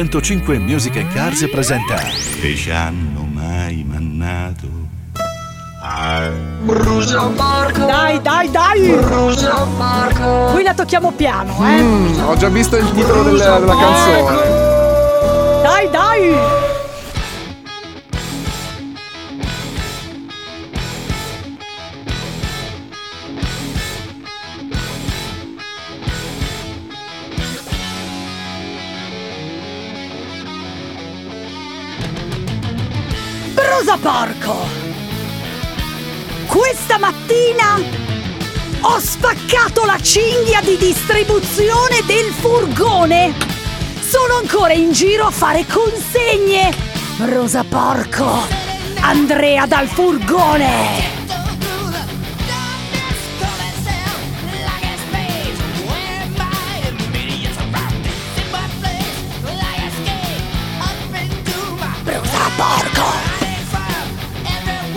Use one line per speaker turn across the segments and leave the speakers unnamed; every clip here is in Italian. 105 Music and Cars presenta
Che ci hanno mai mannato? Ah.
Bruso porco. Dai, dai, dai. Bruso porco.
Qui la tocchiamo piano, eh.
Mm, ho già visto il titolo del- della canzone.
Dai, dai. Brusa porco. Questa mattina ho spaccato la cinghia di distribuzione del furgone. Sono ancora in giro a fare consegne. Rosa Porco, Andrea dal furgone. Rosa Porco.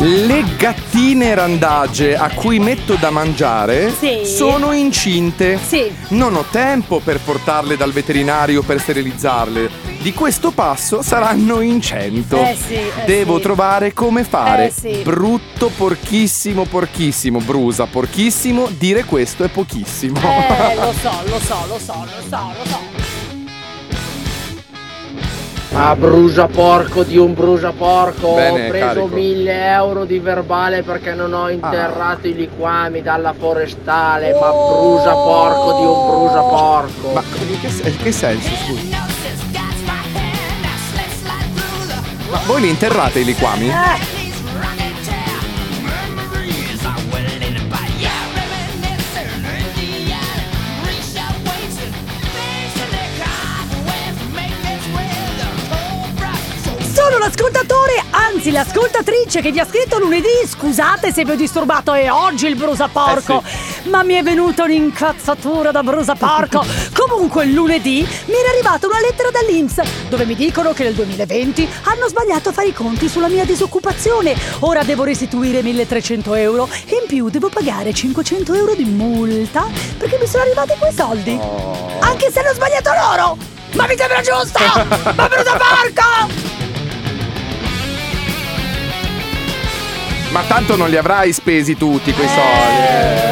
Le gattine randagge a cui metto da mangiare
Sì.
sono incinte.
Sì.
Non ho tempo per portarle dal veterinario per sterilizzarle. Di questo passo saranno in cento.
Eh sì, eh
Devo
sì.
trovare come fare.
Eh sì.
Brutto, porchissimo, porchissimo. Brusa, porchissimo. Dire questo è pochissimo.
Eh, lo so, lo so, lo so, lo so, lo so.
Ah, brucia porco di un brucia porco!
Bene,
ho preso
carico.
1000 euro di verbale perché non ho interrato
Ah.
i liquami dalla forestale, ma
Oh.
brucia porco di un brucia porco!
Ma in che, in che senso, scusa? Ma voi li interrate i liquami?
Eh, Sono l'ascoltatore, anzi l'ascoltatrice che vi ha scritto lunedì. Scusate se vi ho disturbato, è oggi il brusaporco. Ma mi è venuta un'incazzatura da brusaporco. Comunque lunedì mi era arrivata una lettera dall'Inps dove mi dicono che nel 2020 hanno sbagliato a fare i conti sulla mia disoccupazione. Ora devo restituire 1300 euro e in più devo pagare 500 euro di multa perché mi sono arrivati quei soldi. Anche se hanno sbagliato loro! Ma mi sembra giusto! Ma brusaporco!
Ma tanto non li avrai spesi tutti quei soldi. eh.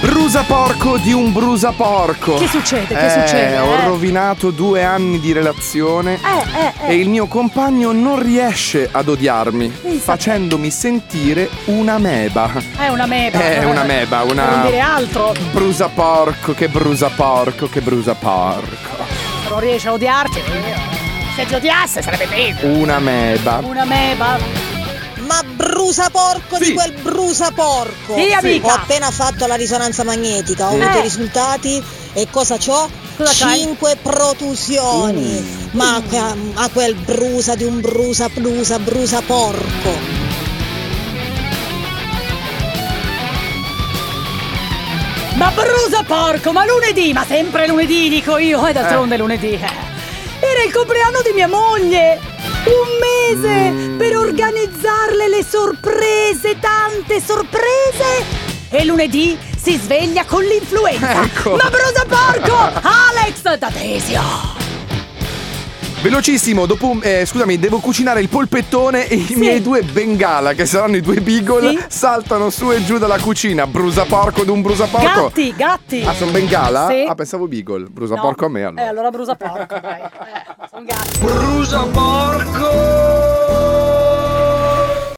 Brusa porco di un brusa porco.
Che succede? Che
eh,
succede?
Ho
eh?
rovinato due anni di relazione.
Eh, eh, eh.
E il mio compagno non riesce ad odiarmi,
Pensa.
facendomi sentire una meba.
È una meba.
Eh, È una meba, una-
Per Non dire altro.
Brusa porco, che brusa porco, che brusa porco.
Se non riesce a odiarti. Se ti odiasse sarebbe meglio.
Una meba.
Una meba.
Ma brusa porco
Sì.
di quel brusa porco!
Sì,
Ho
amica.
appena fatto la risonanza magnetica, ho
Sì.
avuto
Eh.
i risultati e cosa c'ho?
Cosa c'hai? Mm.
5 protusioni! Ma a que- a quel brusa di un brusa brusa brusa porco!
Ma brusa porco, ma lunedì, ma sempre lunedì dico io. E d'altronde lunedì. eh. Era il compleanno di mia moglie. Un mese
Mm.
per organizzarle le sorprese, tante sorprese. E lunedì si sveglia con l'influenza.
Ecco.
Ma brusa porco! Alex D'Adesio.
Velocissimo, dopo un- eh, scusami, devo cucinare il polpettone e i miei due bengala, che saranno i due beagle,
Sì.
saltano su e giù dalla cucina. Brusa porco d'un brusa porco.
Gatti, gatti.
Ah, sono bengala?
Sì.
Ah, pensavo beagle. Brusa
No.
porco a me allora.
Eh, allora brusa porco. dai. Eh, sono gatti.
Bruso porco.